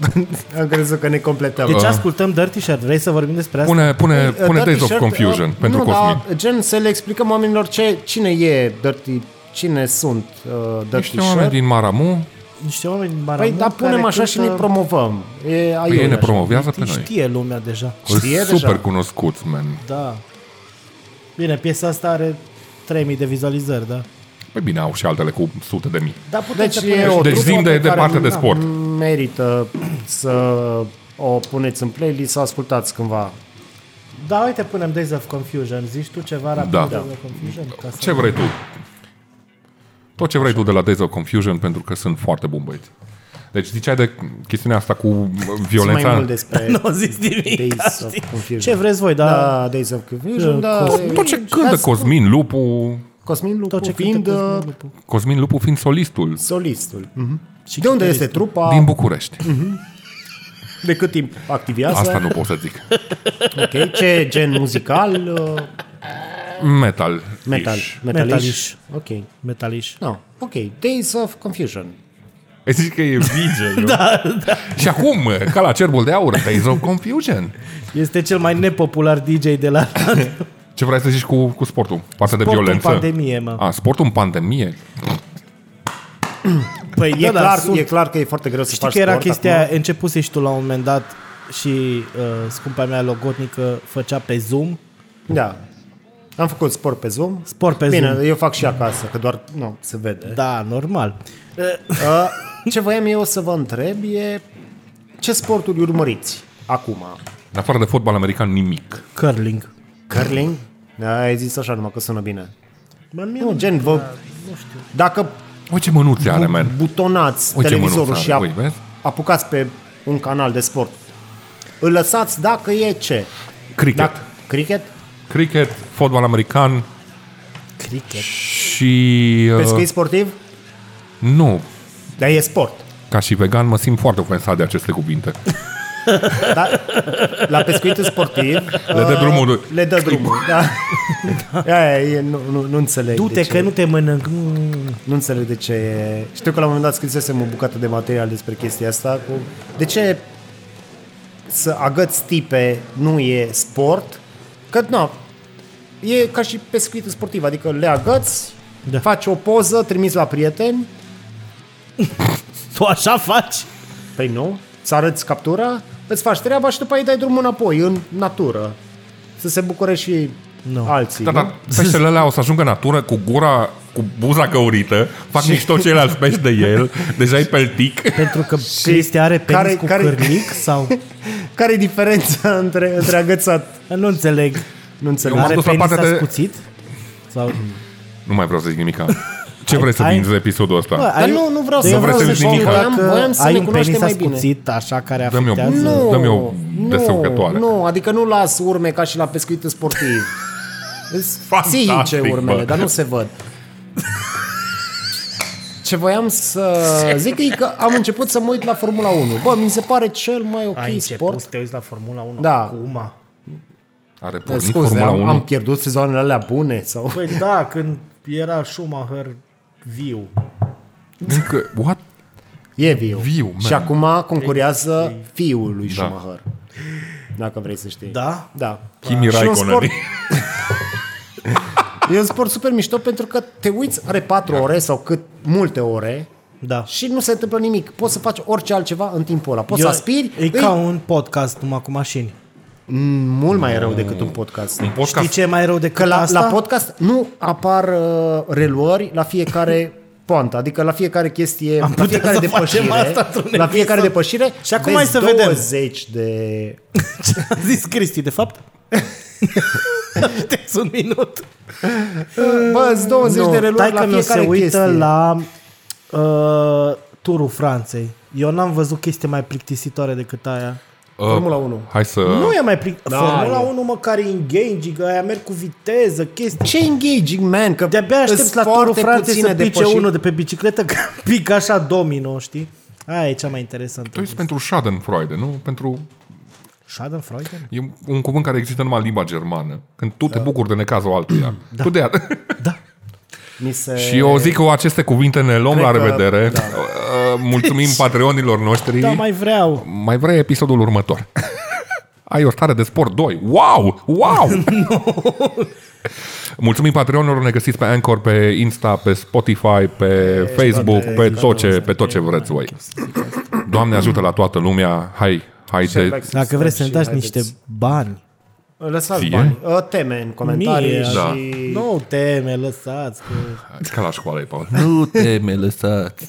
[SPEAKER 3] am crezut că ne completăm.
[SPEAKER 1] Uh.
[SPEAKER 2] De ce ascultăm Dirty Shirt? Vrei să vorbim despre asta?
[SPEAKER 1] Pune, Deci, pune,
[SPEAKER 3] Uh,
[SPEAKER 1] pune
[SPEAKER 3] Dirty
[SPEAKER 1] Days of
[SPEAKER 3] Shirt,
[SPEAKER 1] Confusion
[SPEAKER 3] uh,
[SPEAKER 1] pentru
[SPEAKER 3] nu,
[SPEAKER 1] Cosmin.
[SPEAKER 3] Dar, gen să le explicăm oamenilor ce, cine e Dirty, cine sunt uh, Dirty
[SPEAKER 1] Niște oameni
[SPEAKER 3] Shirt.
[SPEAKER 1] din Maramu,
[SPEAKER 2] Niște oameni din Maramureș
[SPEAKER 3] Păi, dar punem
[SPEAKER 2] care
[SPEAKER 3] așa și ne
[SPEAKER 2] cântă-
[SPEAKER 3] promovăm. E,
[SPEAKER 1] păi ei ne
[SPEAKER 3] aiurea.
[SPEAKER 1] promovează pe noi.
[SPEAKER 2] Știe lumea deja.
[SPEAKER 3] Știe
[SPEAKER 1] super
[SPEAKER 3] deja.
[SPEAKER 1] cunoscuți, man.
[SPEAKER 2] Da. Bine, piesa asta are 3000 de vizualizări, da?
[SPEAKER 1] Păi bine, au și altele cu sute de mii.
[SPEAKER 2] Da, putem
[SPEAKER 3] Deci
[SPEAKER 2] să
[SPEAKER 3] e
[SPEAKER 2] punem-
[SPEAKER 3] o
[SPEAKER 1] deci
[SPEAKER 3] trupă
[SPEAKER 1] zim de-
[SPEAKER 3] pe
[SPEAKER 1] de
[SPEAKER 3] care
[SPEAKER 1] parte de
[SPEAKER 3] na,
[SPEAKER 1] sport.
[SPEAKER 3] Merită să o puneți în playlist sau ascultați cândva.
[SPEAKER 2] Da, uite, punem Days of Confusion. Zici tu ceva rapid
[SPEAKER 1] Da.
[SPEAKER 2] de Days of Confusion? Ca să...
[SPEAKER 1] Ce vrei tu? Tot ce vrei tu de la Days of Confusion, pentru că sunt foarte bun băieți. Deci ziceai de chestiunea asta cu uh,
[SPEAKER 3] Zi mai
[SPEAKER 1] violența.
[SPEAKER 3] mult despre
[SPEAKER 2] Nu au zis nimic.
[SPEAKER 3] Days of Confusion.
[SPEAKER 2] Ce vreți voi, dar
[SPEAKER 3] Da, Days of Confusion, da.
[SPEAKER 2] Cosmin.
[SPEAKER 1] Tot ce cântă Cosmin Lupu,
[SPEAKER 3] Cosmin Lupu
[SPEAKER 2] tot ce
[SPEAKER 3] fiind
[SPEAKER 2] cântă Cosmin Mhm.
[SPEAKER 3] uh,
[SPEAKER 2] Lupu.
[SPEAKER 1] Cosmin Lupu fiind solistul
[SPEAKER 3] solistul. Și de unde este trupa?
[SPEAKER 1] din București.
[SPEAKER 3] De cât timp activează?
[SPEAKER 2] Exact.
[SPEAKER 1] Asta nu pot să zic.
[SPEAKER 3] Ok, ce gen muzical? Uh,
[SPEAKER 1] Metal.
[SPEAKER 3] metal.
[SPEAKER 2] Metalish.
[SPEAKER 3] Metalish. Ok.
[SPEAKER 2] Metalish.
[SPEAKER 3] No, ok. Days of Confusion.
[SPEAKER 1] E zici că e VJ, da, da. Și acum, ca la cerbul de aur, Days of Confusion.
[SPEAKER 2] Este cel mai nepopular DJ de la
[SPEAKER 1] Ce vrei să zici cu, cu sportul? Partea de
[SPEAKER 2] sportul în
[SPEAKER 1] violență?
[SPEAKER 2] pandemie, mă.
[SPEAKER 1] A, sportul în pandemie?
[SPEAKER 2] Păi
[SPEAKER 3] E, clar,
[SPEAKER 2] sunt-
[SPEAKER 3] e clar că e foarte greu să
[SPEAKER 2] Știi
[SPEAKER 3] faci
[SPEAKER 2] că era
[SPEAKER 3] sport
[SPEAKER 2] chestia,
[SPEAKER 3] acum.
[SPEAKER 2] acum? începuse și tu la un moment dat și uh, scumpa mea logotnică făcea pe Zoom,
[SPEAKER 3] Da. Am făcut sport pe Zoom.
[SPEAKER 2] sport pe
[SPEAKER 3] Bine,
[SPEAKER 2] Zoom.
[SPEAKER 3] eu fac și acasă, că doar nu se vede.
[SPEAKER 2] Da, normal.
[SPEAKER 3] Uh, ce voiam eu să vă întreb e ce sporturi urmăriți acum?
[SPEAKER 1] În afară de fotbal american, nimic.
[SPEAKER 2] Curling.
[SPEAKER 3] Curling? Da, ai zis așa numai că sună bine.
[SPEAKER 2] Bă, mie
[SPEAKER 3] Nu, gen, vă,
[SPEAKER 2] Da,
[SPEAKER 3] dacă
[SPEAKER 1] Uite ce mănuțe are, man.
[SPEAKER 3] butonați
[SPEAKER 1] Uite,
[SPEAKER 3] televizorul
[SPEAKER 1] mânuța,
[SPEAKER 3] și ap-
[SPEAKER 1] ui, vezi?
[SPEAKER 3] apucați pe un canal de sport, îl lăsați dacă e ce?
[SPEAKER 1] Cricket.
[SPEAKER 3] Dacă, cricket?
[SPEAKER 1] Cricket, fotbal american
[SPEAKER 2] Cricket.
[SPEAKER 1] și...
[SPEAKER 3] Pescuit
[SPEAKER 1] Uh,
[SPEAKER 3] sportiv?
[SPEAKER 1] nu,
[SPEAKER 3] Dar e sport.
[SPEAKER 1] ca și vegan mă simt foarte ofensat de aceste cuvinte.
[SPEAKER 3] Da? La pescuitul sportiv...
[SPEAKER 1] Le dă
[SPEAKER 3] uh,
[SPEAKER 1] drumul.
[SPEAKER 3] Le dă drumul, da. Aia e, nu, nu, nu înțeleg. de
[SPEAKER 2] Du-te
[SPEAKER 3] ce.
[SPEAKER 2] că nu te mănânc. Mm,
[SPEAKER 3] Nu înțeleg de ce... e- Știu că la un moment dat scrisesem o bucată de material despre chestia asta cu... De ce să agăți tipe nu e sport? Că, nu, e ca și pescuitul sportiv, adică le agăți, da.
[SPEAKER 2] Da.
[SPEAKER 3] faci o poză, trimiți la prieteni,
[SPEAKER 2] Tu așa faci?
[SPEAKER 3] păi nu, îți arăți captura, îți faci treaba și după aia îi dai drumul înapoi, în natură. Să se bucure și
[SPEAKER 2] Nu.
[SPEAKER 3] alții.
[SPEAKER 1] Da,
[SPEAKER 3] nu?
[SPEAKER 1] dar peștele alea o să ajungă în natură cu gura, cu buza căurită, fac nici tot ceilalți pești de el, deja e peltic.
[SPEAKER 2] Pentru că Cristi are penis
[SPEAKER 3] care-
[SPEAKER 2] cu
[SPEAKER 3] care-
[SPEAKER 2] cârnic sau...
[SPEAKER 3] Care e diferența între, între agățat?
[SPEAKER 2] Nu înțeleg.
[SPEAKER 3] Nu înțeleg.
[SPEAKER 1] m-am
[SPEAKER 2] Are
[SPEAKER 1] dus la
[SPEAKER 2] penis
[SPEAKER 1] partea de-
[SPEAKER 2] ascuțit? Sau...
[SPEAKER 1] Nu mai vreau să zic nimic. Ce vrei să
[SPEAKER 2] ai-
[SPEAKER 1] vinzi de episodul ăsta?
[SPEAKER 3] Dar nu, nu
[SPEAKER 2] Deci
[SPEAKER 3] vreau să
[SPEAKER 1] vreau să zici nimic.
[SPEAKER 3] Voiam- voiam să
[SPEAKER 2] ai
[SPEAKER 3] ne
[SPEAKER 2] un
[SPEAKER 3] cunoaștem
[SPEAKER 2] penis
[SPEAKER 3] mai bine.
[SPEAKER 2] ascuțit, așa, care
[SPEAKER 1] Dă-mi o-
[SPEAKER 2] afectează...
[SPEAKER 3] Nu,
[SPEAKER 1] Dă-mi o desfăcătoare.
[SPEAKER 3] Nu, nu, adică nu las urme ca și la pescuit sportiv. Sunt
[SPEAKER 1] Fantastic,
[SPEAKER 3] psihice urmele,
[SPEAKER 1] bă.
[SPEAKER 3] dar nu se văd. Ce voiam să zic e că am început să mă uit la Formula 1. Bă, mi se pare cel mai ok
[SPEAKER 2] Ai început
[SPEAKER 3] sport.
[SPEAKER 2] să te uiți la Formula 1
[SPEAKER 3] Da.
[SPEAKER 2] cu UMA.
[SPEAKER 1] Are pornit
[SPEAKER 3] Scuze,
[SPEAKER 1] Formula
[SPEAKER 3] am,
[SPEAKER 1] 1?
[SPEAKER 3] am pierdut sezoanele alea bune sau...
[SPEAKER 2] Păi da, când era Schumacher viu.
[SPEAKER 1] Încă, what?
[SPEAKER 3] E viu.
[SPEAKER 1] Viu, man. Da.
[SPEAKER 3] Și acum concurează fiul lui Schumacher. Dacă vrei să știi.
[SPEAKER 2] Da?
[SPEAKER 3] Da.
[SPEAKER 1] Kimi
[SPEAKER 3] Și un
[SPEAKER 1] Raikkonen.
[SPEAKER 3] sport- E un sport super mișto pentru că te uiți, are 4 ore sau cât multe ore
[SPEAKER 2] Da.
[SPEAKER 3] și nu se întâmplă nimic. Poți să faci orice altceva în timpul ăla. Poți
[SPEAKER 2] Eu-
[SPEAKER 3] să aspiri,
[SPEAKER 2] E ca un podcast numai cu mașini.
[SPEAKER 3] mult mai rău decât un podcast.
[SPEAKER 1] Un podcast.
[SPEAKER 2] Știi ce e mai rău decât
[SPEAKER 3] Că la,
[SPEAKER 2] asta?
[SPEAKER 3] la podcast nu apar uh, reluări la fiecare poantă, adică la fiecare chestie,
[SPEAKER 2] Am
[SPEAKER 3] la
[SPEAKER 2] putea
[SPEAKER 3] fiecare
[SPEAKER 2] să
[SPEAKER 3] depășire,
[SPEAKER 2] facem asta într-un
[SPEAKER 3] la fiecare
[SPEAKER 2] episod.
[SPEAKER 3] depășire
[SPEAKER 2] Și acum
[SPEAKER 3] vezi
[SPEAKER 2] hai să vedem.
[SPEAKER 3] 20 de
[SPEAKER 2] Ce a zis Cristi, de fapt? Știți un minut.
[SPEAKER 3] bă, sunt 20 de reluări la
[SPEAKER 2] că nu se
[SPEAKER 3] fiecare
[SPEAKER 2] uită
[SPEAKER 3] chestie.
[SPEAKER 2] la uh, turul Franței. Eu n-am văzut chestie mai plictisitoare decât aia.
[SPEAKER 3] Formula 1.
[SPEAKER 1] uh, Hai să...
[SPEAKER 2] Nu e mai plic...
[SPEAKER 3] Da,
[SPEAKER 2] Da, Formula
[SPEAKER 3] e.
[SPEAKER 2] 1 măcar e engaging, aia merg cu viteză, chestii.
[SPEAKER 3] Ce engaging, man? Că
[SPEAKER 2] De-abia aștept
[SPEAKER 3] îs
[SPEAKER 2] la turul
[SPEAKER 3] foarte
[SPEAKER 2] Franței
[SPEAKER 3] puține
[SPEAKER 2] să pice
[SPEAKER 3] depășiri.
[SPEAKER 2] unul de pe bicicletă, că pică așa domino, știi? Aia e cea mai interesantă.
[SPEAKER 1] Tu ești pentru Schadenfreude, nu? Pentru...
[SPEAKER 2] Schadenfreude?
[SPEAKER 1] E un cuvânt care există numai în limba germană. Când tu te bucuri de necazul altuia. Da. Tu de ea.
[SPEAKER 2] Da.
[SPEAKER 3] Mi se...
[SPEAKER 1] Și eu zic că cu aceste cuvinte ne luăm la
[SPEAKER 3] Cred că-
[SPEAKER 1] revedere. Da. Mulțumim patreonilor noștri.
[SPEAKER 2] Da, mai vreau.
[SPEAKER 1] mai vrei episodul următor. Ai o stare de sport 2. Wow! Wow! Mulțumim Patreonilor, ne găsiți pe Anchor, pe Insta, pe Spotify, pe Facebook, pe, tot ce, pe tot ce vreți voi. Doamne ajută la toată lumea. Hai, hai de...
[SPEAKER 2] Dacă vreți să-mi
[SPEAKER 3] Și
[SPEAKER 2] dați
[SPEAKER 3] haideți.
[SPEAKER 2] niște bani,
[SPEAKER 3] Lăsați
[SPEAKER 1] Ție?
[SPEAKER 3] bani. Uh, Teme în comentarii
[SPEAKER 2] Mie,
[SPEAKER 3] și...
[SPEAKER 1] da.
[SPEAKER 2] nu teme, lăsați. Că...
[SPEAKER 1] Ca la școală, e, Paul. Nu te me lăsați.